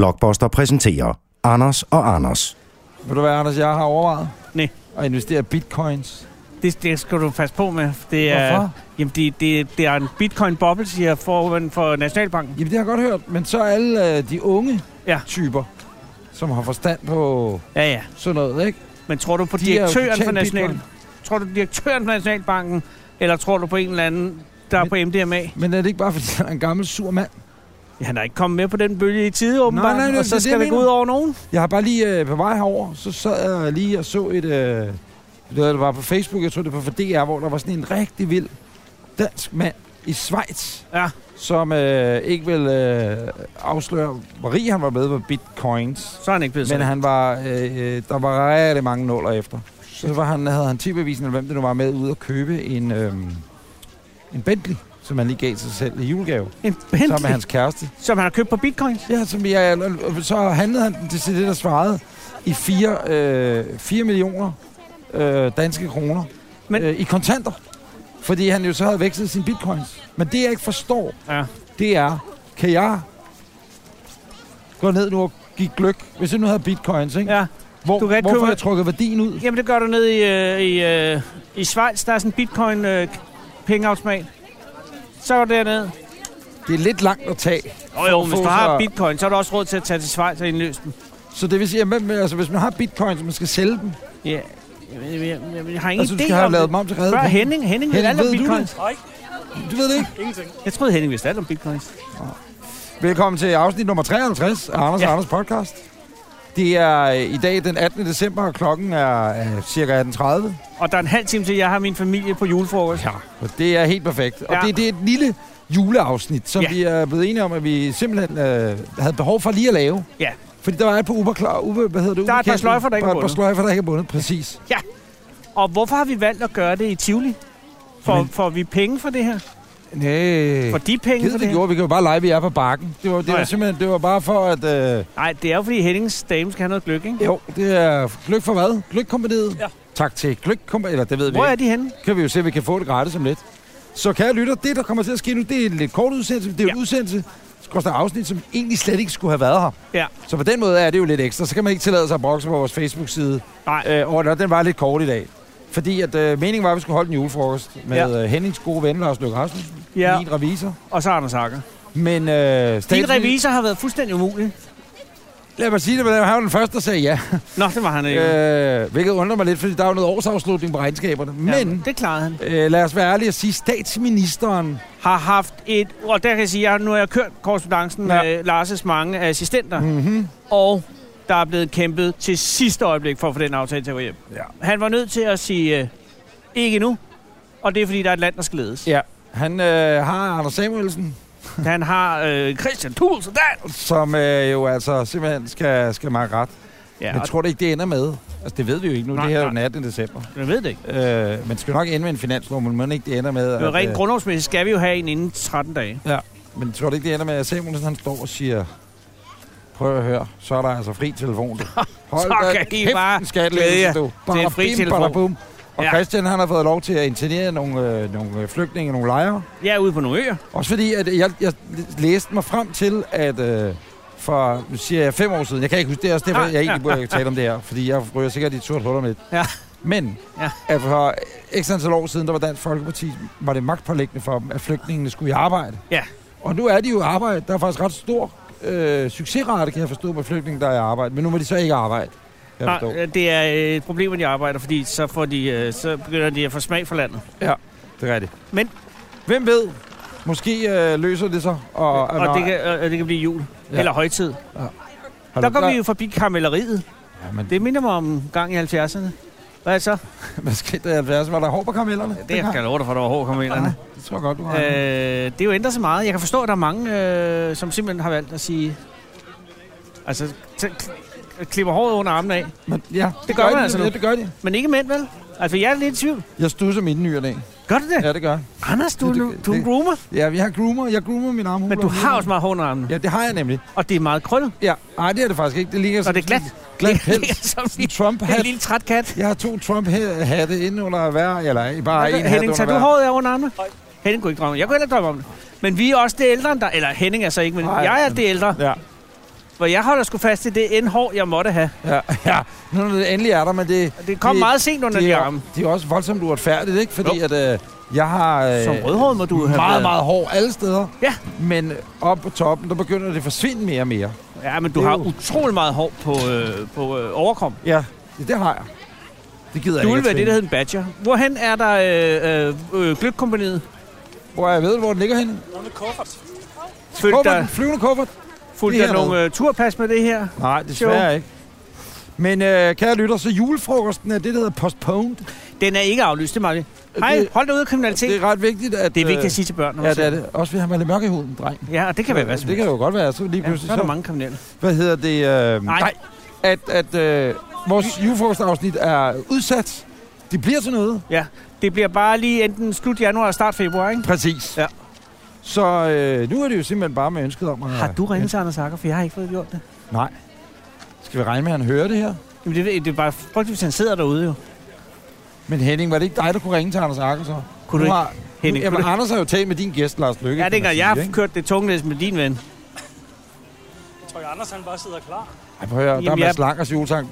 Blockbuster præsenterer Anders og Anders. Vil du være, Anders, jeg har overvejet Nej. at investere i bitcoins? Det, det skal du passe på med. Det er, Hvorfor? Jamen, det, det, det er en bitcoin-boble, siger formanden for Nationalbanken. Jamen, det har jeg godt hørt, men så er alle øh, de unge Ja. typer, som har forstand på Ja, ja. sådan noget, ikke? Men tror du på De er jo direktøren totalt for National... bitcoin. Tror du på direktøren for Nationalbanken, eller tror du på en eller anden, der er Men- på MDMA? Men er det ikke bare, fordi han er en gammel sur mand? Ja, han er ikke kommet med på den bølge i tide, åbenbart, nej, nej, og det er så det, skal jeg det gå mener. ud over nogen. Jeg har bare lige øh, på vej herover, så sad jeg lige og så et... Øh, det var på Facebook, jeg tror det var på DR, hvor der var sådan en rigtig vild dansk mand i Schweiz, Ja. som øh, ikke vil øh, afsløre, hvor rig han var med på bitcoins. Så er han ikke blevet Men sådan. han var, øh, øh, der var rigtig mange nuller efter. Så var han, havde han tipavisen, eller hvem det nu var, med ud at købe en, øh, en Bentley, som han lige gav sig selv i julegave, En sammen med Bentley, hans kæreste. som han har købt på bitcoin. Ja, som jeg, og så handlede han den til det, der svarede i 4, øh, 4 millioner øh, danske kroner Men- Men... øh, i kontanter. Fordi han jo så havde vekslet sine bitcoins. Men det, jeg ikke forstår, Ja. det er, kan jeg gå ned nu og give gløk, hvis jeg nu havde bitcoins, ikke? Ja. Hvor, Du kan ikke hvorfor købe- har jeg trukket værdien ud? Jamen, det gør du ned i, øh, i, øh, i Schweiz. Der er sådan en bitcoin-pengeautomat. så går du derned. Det er lidt langt at tage. Nå jo, hvis få du har sig- bitcoin, så er du også råd til at tage til Schweiz og indløse dem. Så det vil sige, at man, altså, hvis man har bitcoins, og man skal sælge dem, Ja. Jamen, jeg, jeg, jeg, jeg har ingen altså du idé skal have om lavet dem det. om til redde Spørg penge. Henning. Henning ved Henning, alt om ved du bitcoins. Du ved det ikke? Jeg troede, Henning vidste alt om bitcoins. Velkommen til afsnit nummer 53 af Anders ja. Ja. og Anders podcast. Det er øh, i dag den 18. december, og klokken er øh, cirka 18.30. Og der er en halv time til, jeg har min familie på julefrokost. Ja. Og det er helt perfekt. Og Ja. det, det er et lille juleafsnit, som Ja. ja. vi er blevet enige om, at vi simpelthen øh, havde behov for lige at lave. Ja. Fordi der var et par uber, uber hvad hedder det, Der er et par Uberkæden. sløjfer, der ikke Der er er et par bundet. sløjfer, der ikke er bundet, præcis. Og hvorfor har vi valgt at gøre det i Tivoli? Får, Jamen- får vi penge for det her? Næh. Får de penge Gider for det det her? gjorde, vi kan jo bare lege, vi er på bakken. Det var, det Nå ja. var simpelthen, det var bare for at... Øh, Nej, det er jo fordi Hennings dame skal have noget gløk, ikke? jo, det er gløk for hvad? Gløkkompaniet? Ja. Tak til gløkkompaniet, eller det ved vi Hvor ikke. er de henne? kan vi jo se, at vi kan få det gratis om lidt. Så kære lytter, det der kommer til at ske nu, det er en lidt kort udsendelse. Det er jo Ja. en udsendelse, skorstræk afsnit, som egentlig slet ikke skulle have været her. Ja. Så på den måde er det jo lidt ekstra. Så kan man ikke tillade sig at brokse på vores Facebook-side. Nej. Øh, og nå, den var lidt kort i dag. Fordi at øh, meningen var, at vi skulle holde en julefrokost med Ja. ja. Hennings gode ven, Lars Løkke Rasmussen, Ja. ja. min revisor. Og så Anders Akker. Men øh, Din statsminister- revisor har været fuldstændig umulig. Lad mig sige det, men han var den første, der sagde ja. Nå, det var han ikke. Øh, Øh, hvilket undrer mig lidt, fordi der er jo noget årsafslutning på regnskaberne. Men det klarede han. øh, lad os være ærlige og sige, statsministeren Har haft et... Og der kan jeg sige, at nu har jeg kørt korrespondancen ja. Ja. Mhm. med Lars' mange assistenter. Mm-hmm. Og der er blevet kæmpet til sidste øjeblik for at få den aftale til at gå hjem. Ja. Han var nødt til at sige, øh, ikke nu. Og det er, fordi der er et land, der skal ledes. Ja, han øh, har Anders Samuelsen, Han har øh, Christian Thuls og Dan. som øh, jo altså simpelthen skal, skal meget ret. Ja, Ja, men og tror du ikke, det ender med? Altså, det ved vi jo ikke nu. Nej, det her er jo nej. den 18. december. jeg ved det ikke. Øh, men det skal jo nok ende med en finanslov, men man ikke det ender med... Men at, rent øh, grundlovsmæssigt skal vi jo have en inden 13 dage. men tror du ikke, det ender med, at Samuelsen han står og siger... Prøv at høre, så er der altså fri telefon. Du. Hold Så da kan I kæft, bare en glæde jer skattelettelse, du. til en fri Bada bim, telefon. bada bum. Og Ja. Christian, han har fået lov til at internere nogle, øh, nogle øh, flygtninge, nogle lejre. Jeg er ude på nogle øer. Også fordi, at jeg, jeg læste mig frem til, at øh, for, nu siger jeg, fem år siden, jeg kan ikke huske, det er også derfor, Ah, jeg egentlig burde tale om det her, fordi jeg ryger sikkert i et sort hul om lidt. Ja. Men, Ja. ja. at for x antal år siden, der var Dansk Folkeparti, var det magtpålæggende for dem, at flygtningene skulle i arbejde. Ja. Og nu er de jo i arbejde. Der er faktisk ret stor øh, succesrate, kan jeg forstå, med flygtninge, der er i arbejde. Men nu må de så ikke arbejde. kan Jeg forstår. Nej, det er øh, et problem, at de arbejder, fordi så, får de, øh, så begynder de at få smag for landet. det er rigtigt. Men- Hvem ved? Måske øh, løser det sig. Og, Og, og det, kan, og, og det kan blive jul. Ja. Ja. Eller højtid. Der går vi jo forbi karamelleriet. Ja, men Det minder mig om en gang i 70'erne. Hvad så? Hvad skete der i 70'erne? Var der hår på karamellerne? Det jeg kan love dig for, at der var hård karamellerne. Ja, det tror jeg godt, du har. Øh, Øh, det er jo ændret så meget. Jeg kan forstå, at der er mange, øh, som simpelthen har valgt at sige... Altså, t- kl- klipper håret under armen af. men, ja, det gør man de, altså nu. Ja, det gør de. Men ikke mænd, vel? Altså, jeg er lidt i tvivl. Jeg stusser mine nyere dag. Gør du det? Ja. Ja, det gør jeg. Anders, du, er Det- nu- det- du er en det- groomer, Ja, jeg har groomer. Jeg groomer min armhule. men du og har mine- også meget hår under armen. Ja, det har jeg nemlig. Og det er meget krøllet. Ja, nej, det er det faktisk ikke. Det ligger Og det er glat. Glat Det er pels. som En en- det er en Trump-hat. lille træt kat. Jeg har to Trump-hatte inde under hver, eller bare en hat Altså, Henning, under tager hver. du håret af under armene? Henning kunne ikke drømme om det. Jeg kunne heller ikke drømme om det. Men vi er også det ældre end dig. Eller Henning er så ikke, men Nej, jeg er men- det ældre. Ja. For jeg holder sgu fast i det end hår, jeg måtte have. Ja, ja. Nu når det endelig er der, men det, Og Det kom Det- det, meget sent under det, de er, arme. det er også voldsomt uretfærdigt, ikke? Fordi jo. at øh, jeg har... Øh, Som rødhåret må du have meget, været. meget hård alle steder. Ja. Men op på toppen, der begynder det at forsvinde mere og mere. Ja, men du Det er har jo- utrolig meget hår på, øh, på øh, overkom. Ja. Det, det har jeg. Det gider jeg ikke. Du vil være det, hedder. der hedder en badger. Hvorhen er der øh, øh, øh, glykkompaniet? Hvor jeg ved, hvor den ligger henne. Følte Kuffert, den der, flyvende kuffert. fulgte Det der hernede. nogle øh, turpas med det her? Nej, desværre ikke. Men øh, kære lytter, så julefrokosten er det, der hedder postponed. Den er ikke aflyst, det er meget. Hej, Øh, det, hold dig ude af kriminalitet. det er ret vigtigt, at... Det er vigtigt øh, at sige til børn. når Ja, man det er ser det. Også fordi han var lidt mørk i huden, dreng. Ja, og det kan være hvad som Det kan jo godt være, så lige Ja, pludselig... så er der mange kriminelle. Hvad hedder det? Øh, Nej. At, at øh, vores julefrokostafsnit er udsat. Det bliver til noget. Ja, det bliver bare lige enten slut januar og start februar, ikke? Præcis. Ja. Så øh, nu er det jo simpelthen bare med ønsket om at... Har du ringet til Anders Akker, for jeg har ikke fået gjort det. Nej. Skal vi regne med, at han hører det her? Jamen, det, ved jeg- det er bare frygteligt, hvis han sidder derude jo. Men Henning, var det ikke dig, der kunne ringe til Anders Akker så? Kunne du ikke? Har, Henning, Henning, jamen, kunne du- Anders har jo talt med din gæst, Lars Lykke. Ja, det kan man gør jeg. har sige, ikke? kørt det tunglæs med din ven. Jeg tror, at Anders han bare sidder klar. Ej, prøv at høre, der er Jamen, jeg- Mads Langers julesang.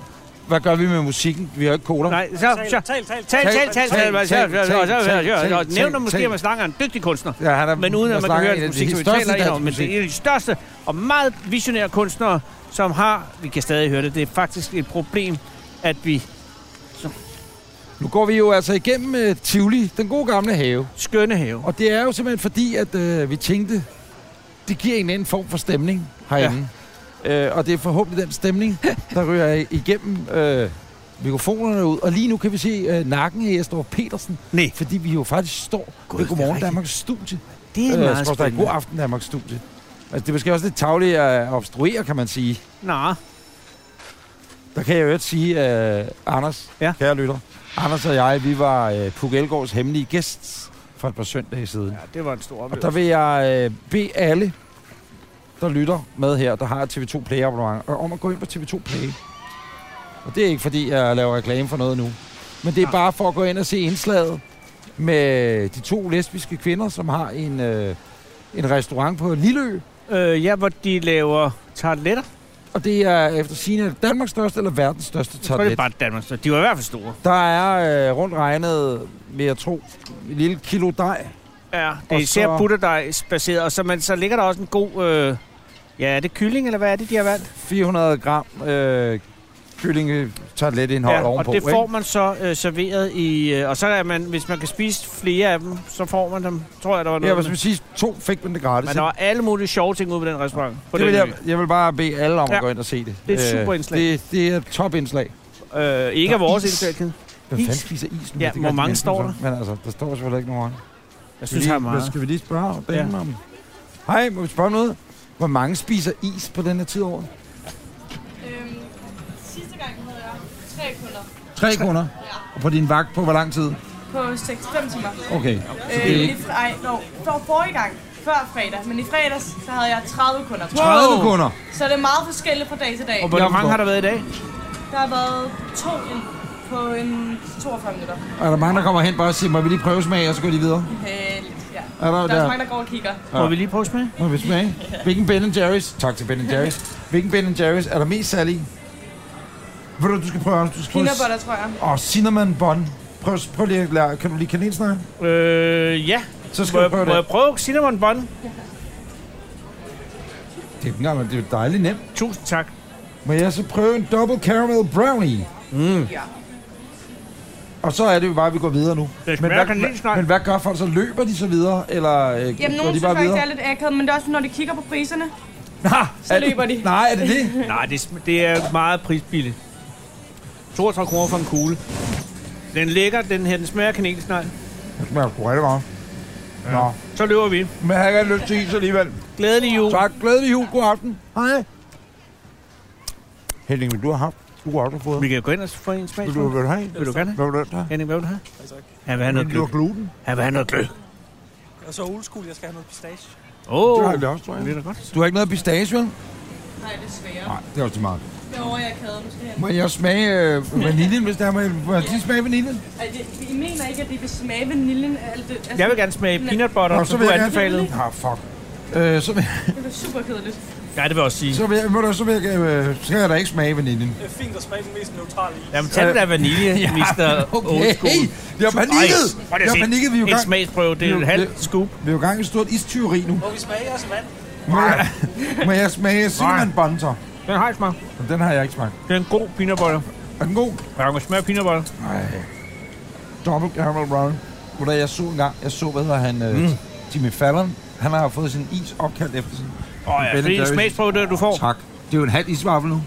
Hvad gør vi med musikken? Vi har ikke koder. Nej, så, så. Tal, tal, tal. Tal, tal, tal, tal, tal, så- så- tal, så- så- tal, så- tal, så- Nævner tal, måske, tal. at Mads Langer er en dygtig kunstner. Ja, han er, Men uden at Mads man kan Langer høre en hans af de musik, helt som vi største taler ind om. Men danske det er en af de største og meget visionære kunstnere, som har... Vi kan stadig høre det. Det er faktisk et problem, at vi Nu går vi jo altså igennem øh, Tivoli, den gode gamle have. skønne have. Og det er jo simpelthen fordi, at øh, vi tænkte, det giver en anden form for stemning herinde. Ja. Øh, og det er forhåbentlig den stemning, der ryger i- igennem øh, mikrofonerne ud. Og lige nu kan vi se øh, nakken af Estor Petersen, Nej, fordi vi jo faktisk står God, ved det er Godmorgen rigtigt. Danmarks studie. Øh, det er meget skråstreg God spændende. aften Danmarks studie. Altså, det er måske også lidt tavligt at obstruere, kan man sige. Nå, Der kan jeg jo ikke sige, øh, Anders, ja. Ja. kære lytter. Anders og jeg, vi var øh, Puk Elgårds hemmelige gæst for et par søndage siden. ja, det var en stor Og der oplevelse. vil jeg øh, bede alle, der lytter med her, der har et TV2 Play abonnement, og om at gå ind på TV2 Play. Og det er ikke fordi, jeg laver reklame for noget nu. Men det er Nej. bare for at gå ind og se indslaget med de to lesbiske kvinder, som har en, øh, en restaurant på Lilleø. Øh, ja, hvor de laver tarteletter. Og det er efter sine Danmarks største eller verdens største Jeg tror, det er tartlet. bare Danmark. så De var i hvert fald store. Der er øh, rundt regnet, vil jeg tro, en lille kilo dej. Ja, det Og er især så- så... butterdejsbaseret, og så, man, så ligger der også en god... Øh, ja, er det kylling, eller hvad er det, de har valgt? 400 gram øh, kyllingetartletindhold ja, og ovenpå. det ikke? får man så øh, serveret i... Øh, og så er man, hvis man kan spise flere af dem, så får man dem, tror jeg, der var Ja, noget. hvis med. man siger to, fik man det gratis. Men der var alle mulige sjove ting ude på den restaurant. På det den vil jeg, ø. jeg vil bare bede alle om ja. at Ja. gå ind og se det. Det er et Øh, superindslag. Det, det er et topindslag. Øh, ikke Der af vores is. indtælkede. Hvem Is. fanden spiser is nu? Ja, Det gør hvor de mange mennesker står så. Men altså, der står selvfølgelig ikke nogen. Jeg Skal vi synes, han er lige- meget. Skal vi lige spørge Ja. dem om? Hej, må vi spørge noget? Hvor mange spiser is på den her tid af året? Øhm, sidste gang havde jeg tre kunder Tre kunder. Og på din vagt på hvor lang tid? på 6-5 timer. Okay. Så Øh, det er i, ikke fr- ej, no, for forrige gang, før fredag, men i fredags, så havde jeg 30 kunder. 30 kunder. Så det er meget forskelligt fra dag til dag. Og hvor Jeg mange forstår. har der været i dag? Der har været to ind på en 42 minutter. Og er der mange, der kommer hen bare og siger, må vi lige prøve smag, og så går de videre? Øh, lidt, ja. Er der, Der er der? også mange, der går og kigger. Må vi lige prøve med? Må vi smage? Hvilken Ben Jerry's? Tak til Ben Jerry's. Hvilken Ben Jerry's er der mest salg i? Ved du, hvad du skal prøve også? Du skal prøve Peanut butter, tror jeg. Og cinnamon bun. Prøv, prøv lige at lære. Kan du lige kanelsnegle? Øh, ja. Så skal Må du jeg, prøve må jeg det. prøve cinnamon bun? Det er, ikke engang, men det er jo dejligt nemt. Tusind tak. Må jeg så prøve en double caramel brownie? Ja. Og så er det jo bare, at vi går videre nu. Det Men smager hvad, kanelsnegle. men hvad gør folk? Så løber de så videre? Eller øh, Jamen, går nogen de synes bare faktisk, det videre? er lidt akavet, men det er også, når de kigger på priserne. så løber de. Nej, er det det? Nej, det, sm- det er meget prisbilligt. 32 kroner for en kugle. Den er lækker, den her, den smager af kanelsnegl. Det smager sgu rigtig meget. Nå, Så løber vi. men jeg har ikke lyst til is alligevel. Glædelig jul. Tak. Glædelig jul. God aften. Hej. Henning, vil du have haft? Du har aldrig fået. Vi kan gå ind og få en smag. Vil du, vil du have en? Vil du gerne have? Hvad vil du have? Henning, hvad vil du have? Ja, tak. Han vil have noget Men du gløb. har gluten. Han vil have noget gløb. Og så old school, jeg skal have noget pistache. Åh, Det oh, har vi også, tror det er jeg. da godt. Du har ikke noget pistache, vel? Nej, det er svære. Nej, det er også lige meget. Det er over, jeg er kæde, måske. Ah. Må jeg smage øh, vaniljen, hvis der er? Må jeg, må jeg lige smage vaniljen? Ej, det- I mener ikke, at de vil smage vaniljen? Alt det, altså, Jeg vil gerne smage peanut butter, Nå, så som vil du jeg gerne- anbefalede. Ah, fuck. Øh, så vil Det er super kedeligt. Ja, det vil jeg også sige. Så vil jeg, må du, så vil jeg, øh, så kan jeg da ikke smage vaniljen. Det er fint at smage den mest neutrale is. Jamen, tag det der vanilje, ja, Mr. Old School. Hey, jeg panikkede! prøv lige at Jeg se. panikkede, vi er jo i En gang, smagsprøve, det er Jo, en halv det- scoop. vi er jo i gang i et stort istyveri nu. Må vi smage jeres vand? Må jeg, må jeg smage cinnamon bunter? Den har jeg smag. Men Den har jeg ikke smagt. Det er en god peanut butter. Er den god? Og Jeg kan smage peanut butter. Nej. Double caramel brown. Ved du hvad, jeg så engang, jeg så, hvad hedder han, øh, mm. Jimmy Fallon. Han har fået sin is opkaldt efter sin. Åh oh, ja, Ben det er en Jerry's. smagsprøve, det du får. Tak. Det er jo en halv isvaffel nu.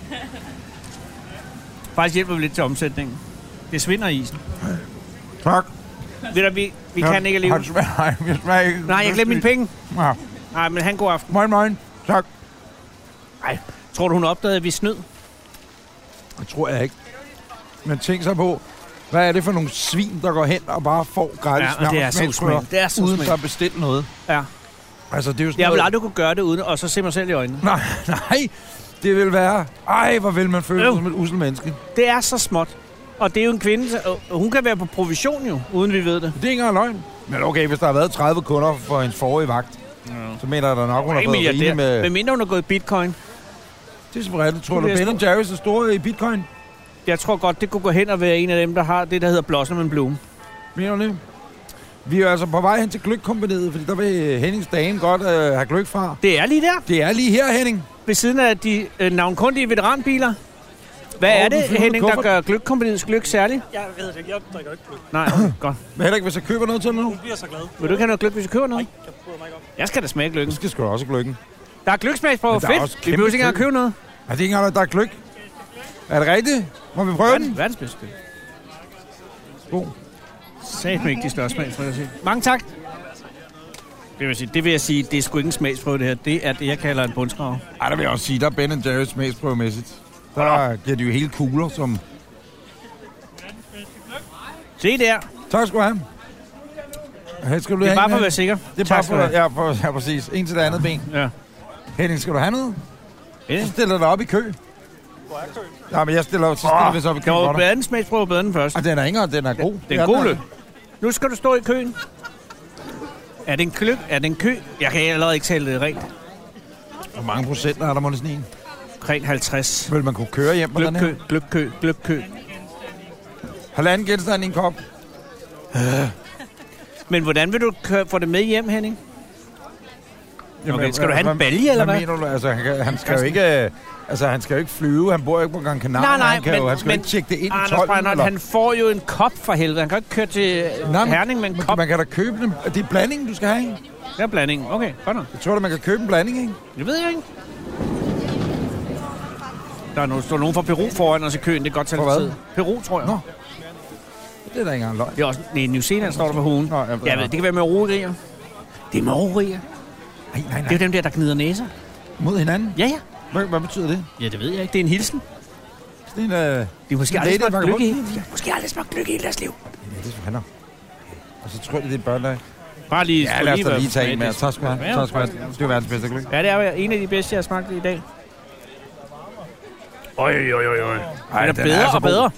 Faktisk hjælper vi lidt til omsætningen. Det svinder i isen. Tak. Ved du, vi, vi kan ikke leve. Han smager, nej, jeg smager ikke. Nej, jeg glemte mine penge. Ja. Nej, men han god aften. Moin, moin. Tak. Tror du, hun opdagede, at vi snød? Det tror jeg ikke. Men tænk så på, hvad er det for nogle svin, der går hen og bare får gratis Ja, og det er så smagsprøver, usmændt. Det er så uden usmændt. at bestille noget. Ja. Altså, det er jo sådan Jeg vil noget- aldrig kunne gøre det uden, og så se mig selv i øjnene. Nej, nej. Det vil være... Ej, hvor vil man føle sig Øv. som et usel menneske. Det er så småt. Og det er jo en kvinde, og og hun kan være på provision jo, uden vi ved det. Det er ikke engang løgn. Men okay, hvis der har været 30 kunder for hendes forrige vagt, ja. så mener jeg da nok, hun har Ikke fået rigelig milliardær. med... Med mindre hun har gået i bitcoin. Det er som rigtigt. Tror Nu du, bliver jeg Ben Jerry's er store i bitcoin? Jeg tror godt, det kunne gå hen og være en af dem, der har det, der hedder Blossom and Bloom. Mener du det? Vi er jo altså på vej hen til gløgkompaniet, fordi der vil Hennings Dane godt øh, have gløg fra. Det er lige der, Det er lige her, Henning. ved siden af de øh, navnkundige veteranbiler. Hvad Og er den det, flyvende Henning, der kuffert. gør gløgkompaniets gløg særligt? Jeg ved det ikke. Jeg drikker ikke blod. Nej, godt. Men heller ikke, hvis jeg køber noget til dig nu. Hun bliver så glad. Vil du ikke have noget gløg, hvis du køber noget? Nej, jeg bryder mig ikke om. Jeg skal da smage gløggen. Du skal sgu da også have gløggen. Der er gløgsmagsprøver. Men der er også Fedt. Vi kæmpe behøver ikke engang at gløgg. købe noget. Er det ikke engang, at der er gløg? Er det rigtigt? Må vi prøve den? Verdens bedste spil. God. Sæt mig ikke de største smagsprøver, jeg har set. Mange tak. Det vil, sige, det vil jeg sige, det er sgu ikke en smagsprøve, det her. Det er det, jeg kalder en bundskrav. Ej, der vil jeg også sige, der er Ben Jerry's mest prøvemæssigt. Der giver de jo hele kugler, som... Se der. Tak skal du have. Her skal du Det er have en øh, bare for at her. være sikker. Det er bare Tak for, skal du have. ja, for, ja, præcis. En til det andet ben. Ja. Henning, skal du have noget? Ja. Så stiller dig op i kø. Hvor er køen? Ja, men jeg stiller, så stiller vi så op i kø Det var for jo dig. bedre end smagsprøve bedre end den første. Og den er ikke engang- den er god. Det Ja, er en den god løb. Nu skal du stå i køen. Er det en kø? Er det en kø? Jeg kan allerede ikke tale det rent. Hvor mange procent er der måske sådan en? Omkring 50. Vil man kunne køre hjem på den her? Gløbkø, gløbkø, gløbkø. Halvanden genstand i en kop. Men hvordan vil du køre, få det med hjem, Henning? Jamen, skal du have en hvad- balje, eller hvad? mener du? Altså, han, kan- han skal jo ikke... øh, Altså, han skal jo ikke flyve. Han bor jo ikke på Gran Canaria. Nej, nej, han, kan men- jo, han skal jo men- ikke tjekke det ind i Anders 12. Breinholt, han får jo en kop for helvede. Han kan ikke køre til Nej, Nej, men- Herning med en Kop. kop. Man kan da købe dem. Det er blandingen, du skal have, ikke? Det er blandingen. Okay, godt nok. Jeg tror da, man kan købe en blanding, ikke? Det ved jeg ikke. Der er nogen, står nogen fra Peru foran os i køen. Det er godt til Fra hvad? tid. Peru, tror jeg. Nå. Det er da ikke engang løgn. Det er også... Nej, New Zealand står der på hugen. Nå, jeg ved- jeg ved, det kan være maorerier. Det er Nej, maorerier. nej, Det er nej. jo dem der, der gnider næser. Mod hinanden. Ja, ja. Hvad, hvad betyder det? Ja, det ved jeg ikke. Det er en hilsen. Det er en... Øh... De har måske Lady aldrig smagt Vagabunden. lykke i. De har Måske aldrig smagt lykke i hele deres liv. Ja, det er handler. Og så tror jeg, det er børn, der... Bare lige... Ja, lad os da være- lige tage en Ja, med. det- Tak skal du have. Ja, Tak skal du have. Det er jo verdens bedste gløb. Ja, det er en af de bedste, jeg har smagt i dag. Øj, øj, øj, øj. Ej, Den er den er bedre altså og god. bedre.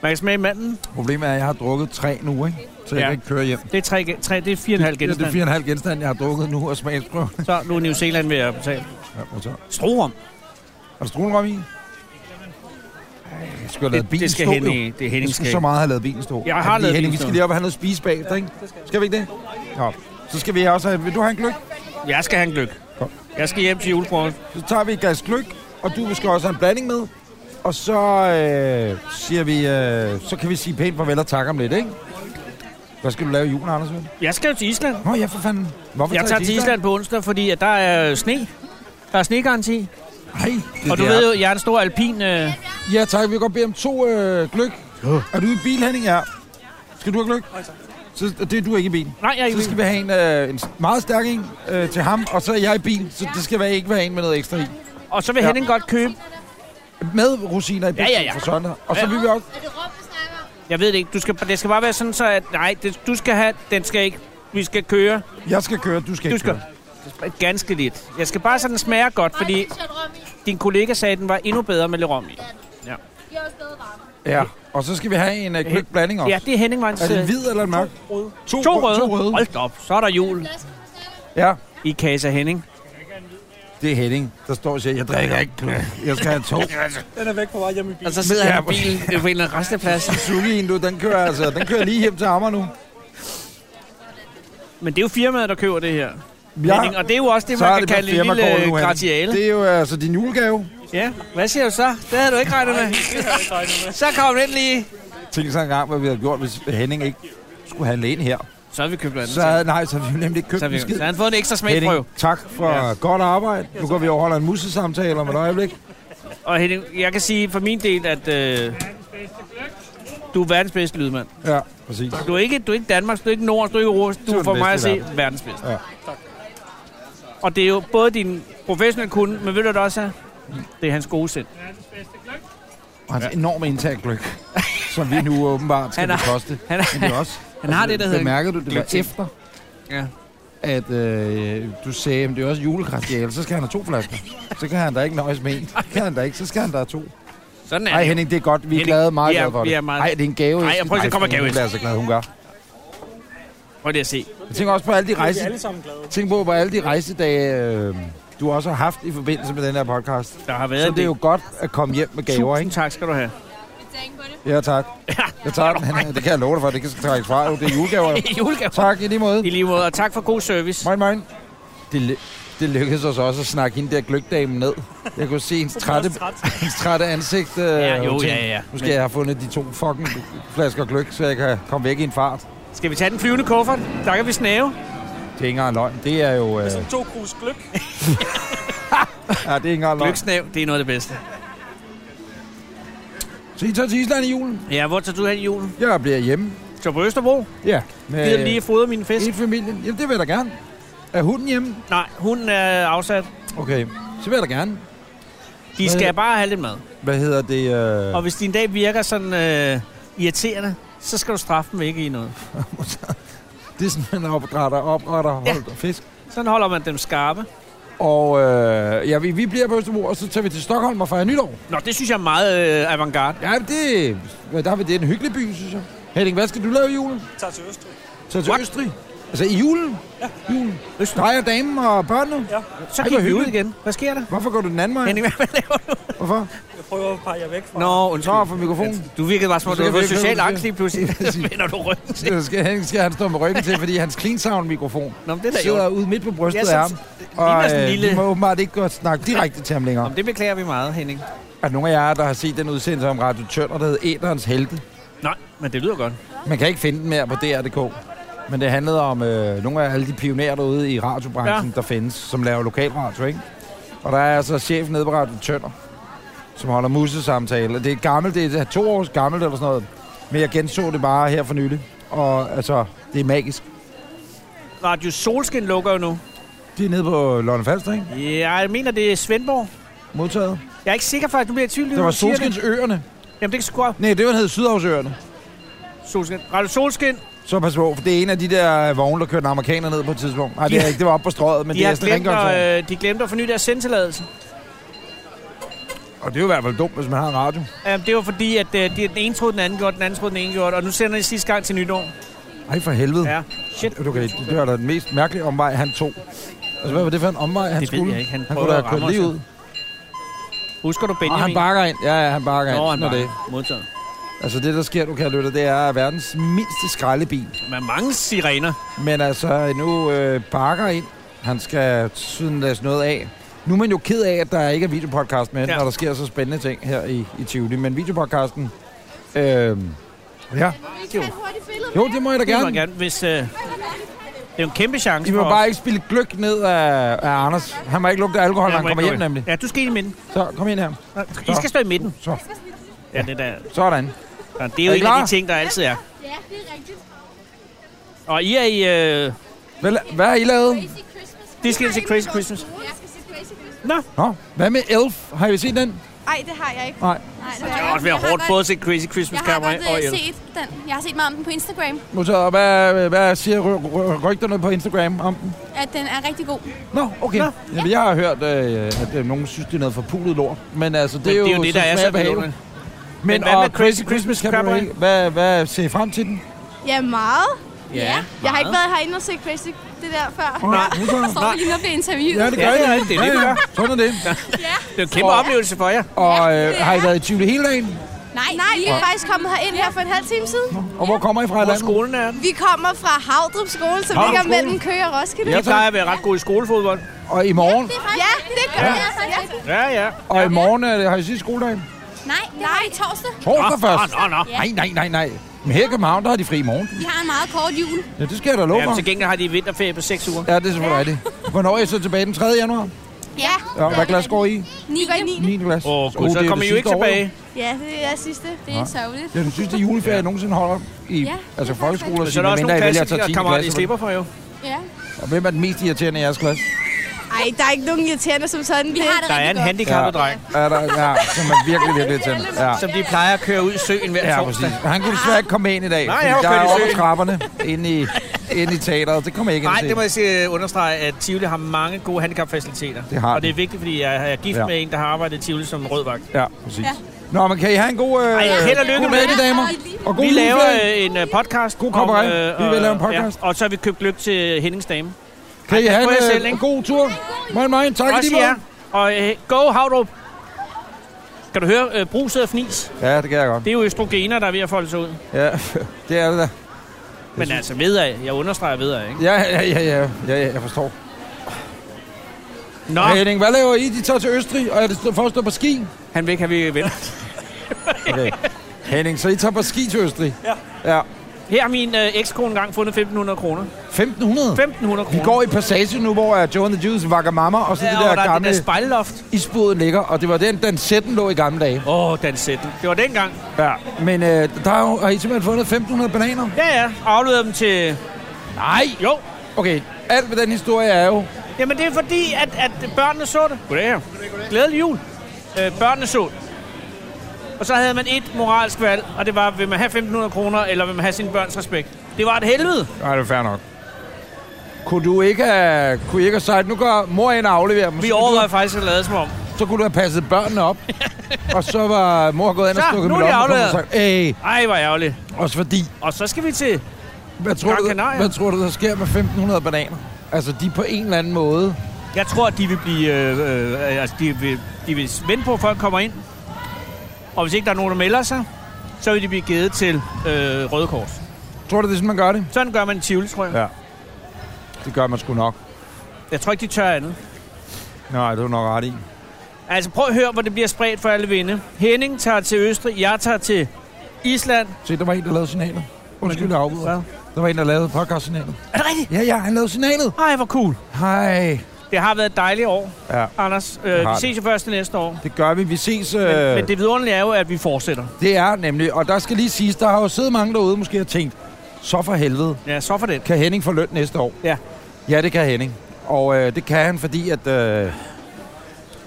Man kan smage manden. Problemet er, at jeg har drukket tre nu, ikke? Så jeg Ja. kan ikke køre hjem. Det er, tre, ge- tre, det er fire og en halv Ja, det er genstand. fire og en halv genstand, jeg har drukket nu, og smagsprøve. Så nu er New Zealand ved at betale. Ja, prøv så. Strorum. Har du strunrum i? Ej, jeg skulle have lavet Det, bilen det skal stå, jo. Henning. Det er Jeg Henning skal skal. så meget have lavet bilen stå. Jeg har Fordi, lavet Henning, bilen Vi stå. skal lige op og have noget spise bagefter, ikke? Skal vi ikke det? Ja. Så skal vi også have... Vil du have en gløk? Jeg skal have en gløk. Kom. Jeg skal hjem til julefrokost. Så tager vi et glas gløk, og du skal også have en blanding med. Og så øh, siger vi... Øh, så kan vi sige pænt farvel og tak om lidt, ikke? Hvad skal du lave i julen, Anders? vel? Jeg skal jo til Island. Nå, ja, for fanden. Hvorfor Jeg tager I til Island på onsdag, fordi at der er sne. Der er snegaranti. Nej, det, Og du det ved er- jo, jeg er en stor alpin... Øh, Ja, tak. Vi kan godt bede om to øh, gløk. Er du i bil, Henning? Ja. Skal du have gløk? Nej, tak. Så, det er du ikke i bil. nej, jeg er Så ikke. skal vi have en, øh, en meget stærk en øh, til ham, og så er jeg i bil, så det skal være, ikke være en med noget ekstra i. Og så vil Ja. Henning godt købe. Med rosiner i bil, ja, ja. for sådan her. Og så Ja. vil vi også... Er det råb, vi snakker? Jeg ved det ikke. Du skal, det skal bare være sådan, så at... Nej, det, du skal have... Den skal ikke... Vi skal køre. Jeg skal køre, du skal Du ikke skal... køre. Ganske lidt. Jeg skal bare sådan smage godt, fordi Nej, det er råb i. din kollega sagde, at den var endnu bedre med lidt rom i. De er også bedre varme. Ja, og så skal vi have en øh, gløk blanding også. Ja, det er Henning var en Er det en hvid eller en mørk? Røde. To rø- røde. To røde. Hold da op, så er der jul Flasken, vi snakker. Ja. i Casa Henning. det er Henning, der står og siger, jeg drikker ikke gløgg. Jeg skal have to. Den er væk på vej hjem i bilen. Og Altså, så sidder Ja, han i hvor- bilen øh, på en eller anden resteplads. Suzuki'en, du, den kører, altså, den kører lige hjem til Amager nu. Men det er jo firmaet, der køber det her. Ja, Ja. Og det er jo også det, så er man det kan kalde en firmakort nu, lille Henning. gratiale. Det er jo altså din julegave. Ja, hvad siger du så? Det havde du ikke regnet med. det har jeg ikke regnet med. Så kom den lige. Tænk så engang, hvad vi havde gjort, hvis Henning ikke skulle handle ind her. Så havde vi købt noget Så andet. havde, nej, så havde vi jo nemlig ikke købt Så har en vi, skid. så har han fået en ekstra smagprøve. Henning, tak for Ja. godt arbejde. Nu går vi og holder en musesamtale om et øjeblik. Og Henning, jeg kan sige for min del, at øh, du er verdens bedste lydmand. Ja, præcis. Du er ikke, du er ikke Danmarks, du er ikke Nordens, du er ikke Europas. Du Du er er den for mig at bedste i se verdens bedste. Ja. Og det er jo både din professionelle kunde, men ved du hvad det også er? Det er hans gode sind. Og hans enorme indtag af gløgg, som vi nu åbenbart skal Han har- bekoste. Han, Men det er også, han har det, der hedder... Bemærkede du, det var gløgg-ting. efter, Ja. at øh, du sagde, at det er også julekraftiale, så skal han have to flasker. Så kan han da ikke nøjes med en. Så kan han da ikke, så skal han da have to. Sådan er Nej, det. Henning, det er godt. Vi er Henning, glade, meget vi er- glade for det. vi er meget- Ej, det er en gave. Ej, prøv at se, der kommer en gaveæske. Det er så glad, hun gør. Prøv lige at se. Jeg tænker også på alle de Nu er vi rejse... alle sammen glade. Tænk på, hvor alle de rejsedage, øh, du også har haft i forbindelse med den her podcast. Der har været Så det er jo godt at komme hjem med gaver, Tusind ikke? tak skal du have. Vi tænker på det. Ja, tak. Jeg tager den. Hanna. Det kan jeg love dig for. Det kan skal trækkes fra. Jo, det er julegaver. jo. Julegave. Tak i lige måde. I lige måde, og tak for god service. Moin, moin. Det, ly- det lykkedes os også at snakke hende der gløgdamen ned. Jeg kunne se hendes trætte, Træt. hendes trætte ansigt. Øh, Ja, jo, og tænke, ja, ja, ja. Nu skal jeg have fundet de to fucking flasker gløg, så jeg kan komme væk i en fart. Det Skal vi tage den flyvende kuffert? Der kan vi snæve. er ikke engang løgn. Det er jo... Øh, ja, det To krus gløk. er ikke engang løgn. Lyksnæv, det er noget af det bedste. Så I tager til Island i julen? Ja, hvor tager du hen i julen? Jeg bliver hjemme. Så på Østerbro? Ja. Gider du lige at fodre mine fisk? Øh, I familien? Jamen, det vil jeg da gerne. Er hunden hjemme? Nej, hun er afsat. Okay. Så vil jeg da gerne. De skal bare have lidt mad. Hvad hedder det? Øh... Og hvis din dag virker sådan øh, irriterende, så skal du straffe dem ikke i noget. Det er sådan, man opretter, opretter, Ja. holder ja. fisk. Sådan holder man dem skarpe. Og øh, ja, vi, vi bliver på Østerbro, og så tager vi til Stockholm og fejrer nytår. Nå, det synes jeg er meget øh, avantgarde. Ja, det, ja, der er vi, det er en hyggelig by, synes jeg. Henning, hvad skal du lave i julen? Tager til Østrig. Tag til What? Østrig. Altså i julen? Ja. Julen. Dig og damen og børnene? Ja, Så Ej, gik hvor vi ud hyggeligt. igen. Hvad sker der? Hvorfor går du den anden vej? Henning, hvad laver du? Hvorfor? jeg prøver at pege jer væk fra. Nå, undskyld. Så for mikrofonen. Du virkede bare som om, Så du havde kan vi fået ikke høre, social hvad du angst lige pludselig. Så vender du ryggen til. Så skal, Henning skal han stå med ryggen til, fordi hans clean sound mikrofon Nå, men det er da sidder jo. ude midt på brystet Ja, af så- ham. Og ligner sådan en øh, lille- vi må åbenbart ikke gå og snakke direkte til ham længere. Nå, men det beklager vi meget, Henning. Er der nogen af jer, der har set den udsendelse om Radio Tønder, der hedder Æderens Helte? Nej, men det lyder godt. Man kan ikke finde den mere på DR.dk. Men det handlede om øh, nogle af alle de pionerer derude i radiobranchen, ja. der findes, som laver lokalradio, ikke? Og der er altså chef nede på Radio Tønder, som holder musesamtale. Det er et gammelt, det er to år gammelt eller sådan noget. Men jeg genså det bare her for nylig. Og altså, det er magisk. Radio Solskin lukker jo nu. De er nede på Lolland Falster, ikke? Ja, jeg mener, det er Svendborg. Modtaget. Jeg er ikke sikker faktisk, du bliver i tvivl. lige Det nu, var du siger det. Solskinsøerne. Jamen, det kan sgu godt. Nej, det var hed Sydhavsøerne. Solskin. Radio Solskin. Så pas på, for det er en af de der vogne, der kørte en amerikaner ned på et tidspunkt. Nej, det, er De- ikke, det var op på strøget, men De, det er har sådan en glemt rengøringsvogn. at, øh, de glemte at forny deres sendtilladelse. øh, Og det er jo i hvert fald dumt, hvis man har en radio. Øhm, det var fordi, at øh, de, den ene troede, den anden gjorde, den anden troede, den ene gjorde, og nu sender de sidste gang til nytår. Mm. Ej, for helvede. Ja, shit. Du kan det var da den mest mærkelige omvej, han tog. Altså, hvad var det for en omvej, han Det ved skulle? jeg ikke. Han han prøver kunne da at have kørt ramme lige os. ud. Husker du Og Benjamin? han bakker ind. Ja, ja, han bakker ind. Nå, han Sådan er bare. det. Modtaget. Altså, det der sker, du kan lytte, det er verdens mindste skraldebil. Med mange sirener. Men altså, nu øh, bakker ind. Han skal siden læse noget af. Nu er man jo ked af, at der ikke er videopodcast med, Ja. ja. når der sker så spændende ting her i, i Tivoli. Men videopodcasten... Øh, ja. Vil du ikke have et hurtigt billede Jo, det må jeg da Det må gerne. jeg gerne, hvis... Øh, det er jo en kæmpe chance I må for bare os. ikke spille gløk ned af, af Anders. Han må ikke lugte af alkohol, Ja, når han må kommer ikke hjem gå. nemlig. Ja, du skal ind i midten. Så kom ind her. I skal stå i midten. Så. Ja, det der. Sådan. Det er jo Er I en af klar? de ting, der altid er. Ja, det er rigtigt. Og I er i... Øh, Hvad, hvad har I lavet? Crazy Christmas. Det skal til Crazy Christmas. Ja, skal se Crazy Christmas. Nå, hvad med Elf? Har I set den? Nej, det har jeg ikke. Nej. Nej, det det har kan jeg også være Jeg har hårdt godt- både at se Crazy Christmas Jeg har Camera og godt øh, el. set den. Jeg har set meget om den på Instagram, Motor, hvad, hvad siger ry- ry- rygterne på Instagram om den? at den er rigtig god. Nå, okay. Nå. Jamen, jeg har hørt, øh, at øh, nogen synes, det er noget forpulet lort. Men altså, det, Men er, jo det er jo det, der som er så smag og behag. belånende. Men, hvad og med Crazy Crazy Christmas kan du Cabaret? ikke. Hvad, hvad ser I frem til den? Ja, meget. Ja, Jeg har ikke meget. været herinde og set Crazy det der før. Nej. Jeg står Nej. lige nu og bliver interviewet. Ja, det gør Ja, jeg. ja, det er det, vi gør. Sådan er det. Ja. Det er en kæmpe Åh. oplevelse for jer. Og øh, det er. har I været i Tivoli hele dagen? Nej, Nej vi er faktisk kommet herind her for en halv time siden. Og hvor kommer I fra i Hvor landet? skolen er den? Vi kommer fra Havdrup Skole, som ligger Skole. mellem Køge og Roskilde. Jeg plejer at være ret god i skolefodbold. Og i morgen? Ja, det gør Ja. jeg. Ja. Ja, ja. Og i morgen er det, har I sidste skoledag? Nej, det var i torsdag. Torsdag først? Ah, Nå, nå, nå. Nej, nej, nej, nej. Men her i København, der har de fri i morgen. Vi har en meget kort jul. Ja, det skal jeg da love Jamen, til for. gengæld har de vinterferie på 6 uger. Ja, det er selvfølgelig rigtigt. Hvornår er I så tilbage den 3. januar? Ja. Ja, hvad glas går I? i? 9. går i 9. 9. glas. Åh, oh, Uh, gud, det så er det kommer I jo ikke sidste år, tilbage. Ja, det er sidste. Det er sørgeligt. Det er den sidste juleferie, jeg nogensinde holder i Ja, altså folkeskoler, Men så er der også nogle klassikere, kammerater, I klasse. slipper for jo. Ja. Og hvem er den mest irriterende i jeres klasse? Ej, der er ikke nogen irriterende som sådan. Vi har det Der er en rigtig godt. handicappet dreng, Er der, ja, som er virkelig, virkelig irriterende. Ja. som de plejer at køre ud i søen hver Ja, præcis. torsdag. Han kunne desværre ikke komme ind i dag. Nej, fordi jeg var jeg kørt i er oppe på søen. trapperne inde i, inde i teateret. Det kommer jeg ikke Nej, ind til. det må jeg sige, øh, understrege, at Tivoli har mange gode handicapfaciliteter. Det har Og det den. er vigtigt, fordi jeg jeg er gift Ja. med en, der har arbejdet i Tivoli som rødvagt. Ja, præcis. Nå, men kan I have en god... Øh, Ej, held og lykke god med dag, det. damer. Og god vi laver juleferie. øh, en øh, podcast. God kobberøg. Vi er ved at lave en øh, podcast. og så har vi købt lykke til Hennings dame. Kan I det have prøver jeg selv, en øh, ikke? god tur? Moin, moin. Tak i Også lige jer. Og øh, go, Havdrup. Kan du høre øh, bruset og fnis? måde. Ja, det kan jeg godt. Det er jo østrogener, der er ved at folde sig ud. Ja, det er det da. Men altså, ved af. Jeg understreger ved af, ikke? Ja, ja, ja, ja, ja, ja jeg forstår. Nå, Og Henning, hvad laver I? De tager til Østrig, og er det st- for at stå på ski? han vil ikke have, vi vinder. Okay. Henning, så I tager på ski til Østrig? Ja. Ja. Her har min øh, ekskone engang fundet 1.500 kroner. 1500? 1.500 kroner. Vi går i passagen nu, hvor uh, Joe and the Juice vakker mamma, og så ja, det og der der er den gamle der spejlloft. isbåden ligger, og det var den, den sætten lå i gamle dage. Åh, oh, den sætten. Det var dengang. Ja. Men uh, der er jo, har I simpelthen fundet 1500 bananer? Ja, ja. Og afleverede dem til... Nej! Jo. Okay, alt ved den historie er jo... Jamen, det er fordi, at, at børnene så det. Goddag her. Glædelig jul. Øh, børnene så det. Og så havde man et moralsk valg, og det var, vil man have 1.500 kroner, eller vil man have sine børns respekt? Det var et helvede. Nej, det er fair nok. Kunne du ikke have, kunne I ikke have sagt, nu går mor ind og afleverer dem, Vi så, kunne overvejede faktisk at lade som om. du, så kunne du have passet børnene op, og så var mor gået ind og Så, stukket nu dem er de op, og sagt, Æh, Ej, hvor ærgerligt. også fordi, Og så skal vi til... hvad tror, Gran du, Canaria. hvad tror du, der sker med 1500 bananer? Altså, de er på en eller anden måde... Jeg tror, at de vil blive... Øh, øh, altså, de vil, de vil vente på, at folk kommer ind. Og hvis ikke der er nogen, der melder sig, så vil de blive givet til øh, Røde Kors. Tror du, det er sådan, man gør det? Sådan gør man i Tivoli, tror jeg. Ja. Det gør man sgu nok. Jeg tror ikke, de tør andet. Nej, det er du nok ret i. Altså prøv at høre, hvor det bliver spredt for alle vinde. Henning tager til Østrig, jeg tager til Island. Se, der var en, der lavede signalet. Undskyld, jeg afbryder. Hvad? Der var en, der lavede podcast-signalet. Er det rigtigt? Ja, ja, han lavede signalet. Ej, hvor cool. Hej. Det har været et dejligt år, Ja, Anders. Øh, Det har vi det. ses jo først til næste år. det gør vi. Vi ses. Øh, Men, men det vidunderlige er jo, at vi fortsætter. det er nemlig. Og der skal lige siges, der har jo siddet mange derude, måske har tænkt, så for helvede, Ja, så for det. kan Henning få løn næste år? Ja. Ja, det kan Henning. Og øh, det kan han, fordi at... Øh, det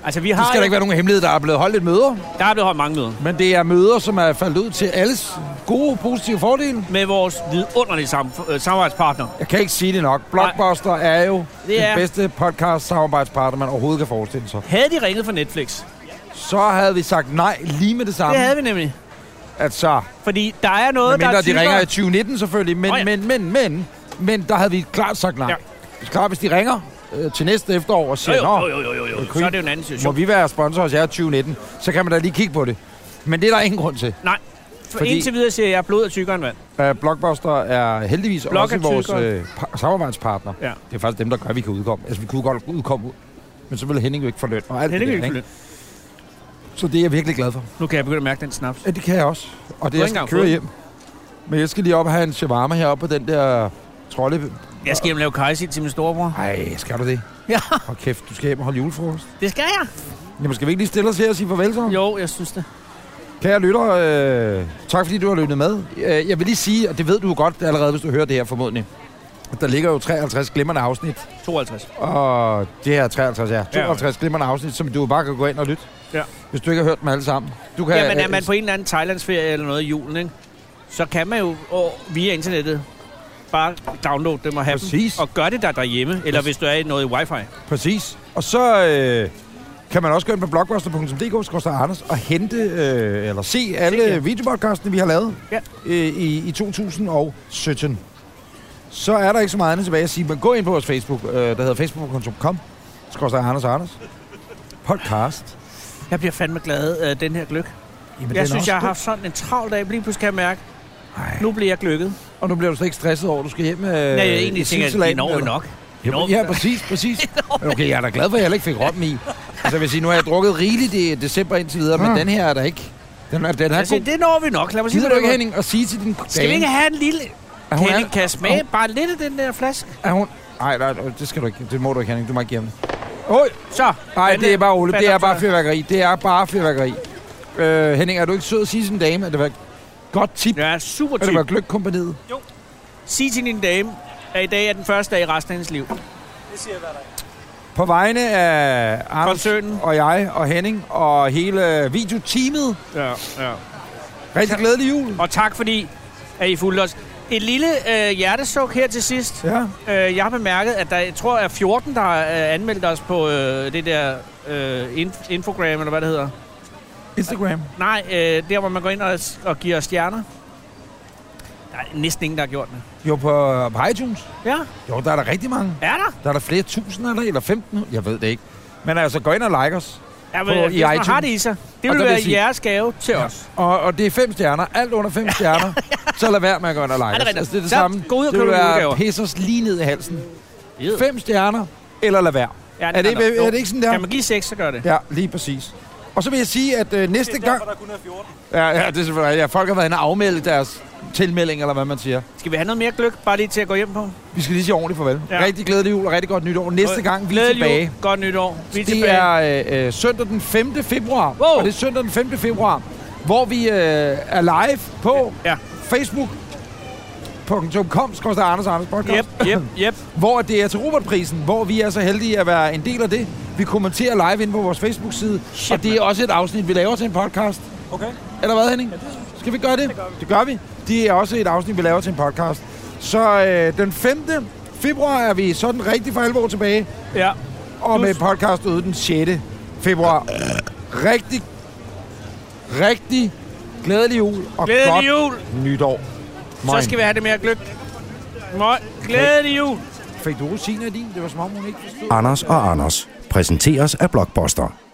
Altså, vi har skal der ikke være nogen hemmelighed, der er blevet holdt et møder. der er blevet holdt mange møder Men det er møder, som er faldet ud til alles gode, positive fordele. med vores vidunderlige sam- øh, samarbejdspartner. Jeg kan ikke sige det nok. Blockbuster er jo det er- den bedste podcast samarbejdspartner, man overhovedet kan forestille sig. Havde de ringet fra Netflix? Så havde vi sagt nej lige med det samme. Det havde vi nemlig. Altså, Fordi der er noget, der mindre er de ringer i 2019 selvfølgelig, men, Nå ja. men, men, men, men der havde vi klart sagt nej. Ja. Ja. Klart, hvis de ringer øh, til næste efterår og siger, jo, jo, nå, jo, jo, jo, jo. Okay. Så er det jo en anden må situation. vi være sponsor hos jer i 2019, så kan man da lige kigge på det. Men det er der ingen grund til. Nej, for Fordi- indtil videre siger jeg, at blod er tykkere end vand. Uh, Blockbuster er heldigvis Block også er vores tykkere. øh, pa- samarbejdspartner. Ja. Det er faktisk dem, der gør, at vi kan udkomme. Altså, vi kunne godt udkomme ud. Men så ville Henning jo ikke få løn. Og alt Henning er det ikke der, for lidt. Så det er jeg virkelig glad for. Nu kan jeg begynde at mærke den snaps. Ja, det kan jeg også. Og det, ikke jeg skal engang køre fået hjem. Men jeg skal lige op og have en shawarma heroppe på den der trolle. Jeg skal hjem og lave kajsild til min storebror. Ej, skal du det? Ja. Hold kæft, du skal hjem og holde julefrokost. Det skal jeg. Jamen, skal vi ikke lige stille os her og sige farvel så? Jo, jeg synes det. Kære lytter, øh, tak fordi du har lyttet med. Øh, Jeg vil lige sige, og det ved du jo godt allerede, hvis du hører det her formodentlig. at Der ligger jo 53 glimrende afsnit 52. Og det her er 53, ja. Ja. 52 glimrende afsnit, som du bare kan gå ind og lytte. Ja. Hvis du ikke har hørt dem alle sammen. Du kan, øh, Jamen, er man på en eller anden Thailandsferie eller noget i julen, ikke? så kan man jo og via internettet bare downloade dem og have Præcis. dem. Og gør det der derhjemme, eller hvis du er i noget i wifi. Præcis. Og så øh, kan man også gå ind på blogbuster.dk, Anders, og hente, øh, eller se alle ja. øh, videopodcastene, vi har lavet Ja. øh, i, i 2017. Så er der ikke så meget andet tilbage at sige, men gå ind på vores Facebook, øh, der hedder facebook.com. Skorstræk Anders og Anders. Podcast. Jeg bliver fandme glad af den her gløk. Jamen, Jeg synes, jeg har haft sådan en travl dag, lige pludselig kan jeg mærke, Nej. nu bliver jeg gløkket. Og nu bliver du slet ikke stresset over, at du skal hjem. Øh, Nej, Øh, jeg egentlig tænker, at det når vi nok. Nå, Ja, ja, præcis, præcis. Men Okay, jeg er da glad for, at jeg heller ikke fik rom i. Altså, jeg vil sige, nu har jeg drukket rigeligt i december indtil videre, men den her er der ikke. Den er, den er Jeg siger, god. Altså, det når vi nok. Lad mig sige, Gider du ikke, hvordan- Henning, at sige til din dame, Skal vi ikke have en lille... at hun Henning, er- kan jeg smage at bare lidt af den der flaske? hun- at hun... Nej, nej, nej, det skal du ikke. Det må du ikke, Henning. Du må ikke give ham det. Oj, Så. nej, den det er bare roligt. Det er fandme- bare fyrværkeri. Det er bare fyrværkeri. Øh, Henning, er du ikke sød at sige til din dame, at det var et godt tip, Ja, super at det var typ. gløgkompaniet? Sig til din dame, at i dag er den første dag i resten af hendes liv. Det siger jeg hver dag. På vegne af Anders Koncernen. og jeg og Henning og hele videoteamet. Ja, ja. Rigtig glædelig jul. Og tak fordi, at I fulgte os. Et lille øh, hjertesuk her til sidst. Ja. Øh, jeg har bemærket, at der jeg tror er 14, der har øh, anmeldt os på øh, det der øh, inf- infogram, eller hvad det hedder. Instagram. Nej, øh, der hvor man går ind og, og giver stjerner. Der er næsten ingen, der har gjort det. Jo, på, på iTunes. Ja, Jo, der er der rigtig mange. er der? Der er der flere tusinder, eller, eller 15. Jeg ved det ikke. Men altså, gå ind og like os. Ja, På- men, i hvis man iTunes. har det i sig. Det Og vil der vil være jeg sige- jeres gave til ja. os. Og, og det er fem stjerner. Alt under fem stjerner. Så lad være med at gå ind og like det os. er rigtigt. Altså, det er det Så samme. gå ud og det køb vil nogle være julegaver. pisse os lige ned i halsen. Ed. Fem stjerner, eller lad være. Ja, Er det, ikke- er det ikke sådan Ja. der? Kan man give seks, så gør det. Ja, lige præcis. Og så vil jeg sige, at øh, Det næste er gang... derfor, der kun er 14. Ja, ja, det er selvfølgelig. Ja, folk har været inde og afmelde deres tilmelding, eller hvad man siger. Skal vi have noget mere gløk, bare lige til at gå hjem på? Vi skal lige sige ordentligt farvel. Ja. Ja. Rigtig glædelig jul og rigtig godt nytår. Næste gang, vi er Glædelig tilbage. Jul. Godt nytår. Vi er Det tilbage. er øh, øh, søndag den 5. februar. Wow. Og det er søndag den 5. februar, hvor vi øh, er live på Ja. facebook.com, skorstad Anders og Anders podcast. Yep, yep, yep. Hvor det er til Robertprisen, hvor vi er så heldige at være en del af det. Vi kommenterer live inde på vores Facebook-side. Shit, og det er også et afsnit, vi laver til en podcast. Okay. Eller hvad, Henning? Skal vi gøre det? Det gør vi. Det, gør vi. det er også et afsnit, vi laver til en podcast. Så øh, den 5. februar er vi sådan rigtig for alvor tilbage. Ja. Og med podcast ude den 6. februar. Rigtig, rigtig glædelig jul og Glædelig godt jul. nytår. Så skal vi have det mere gløk. Møj. Glædelig jul. Fik du rosiner i din? Det var som om, hun ikke forstod. Anders og Anders præsenteres af Blockbuster.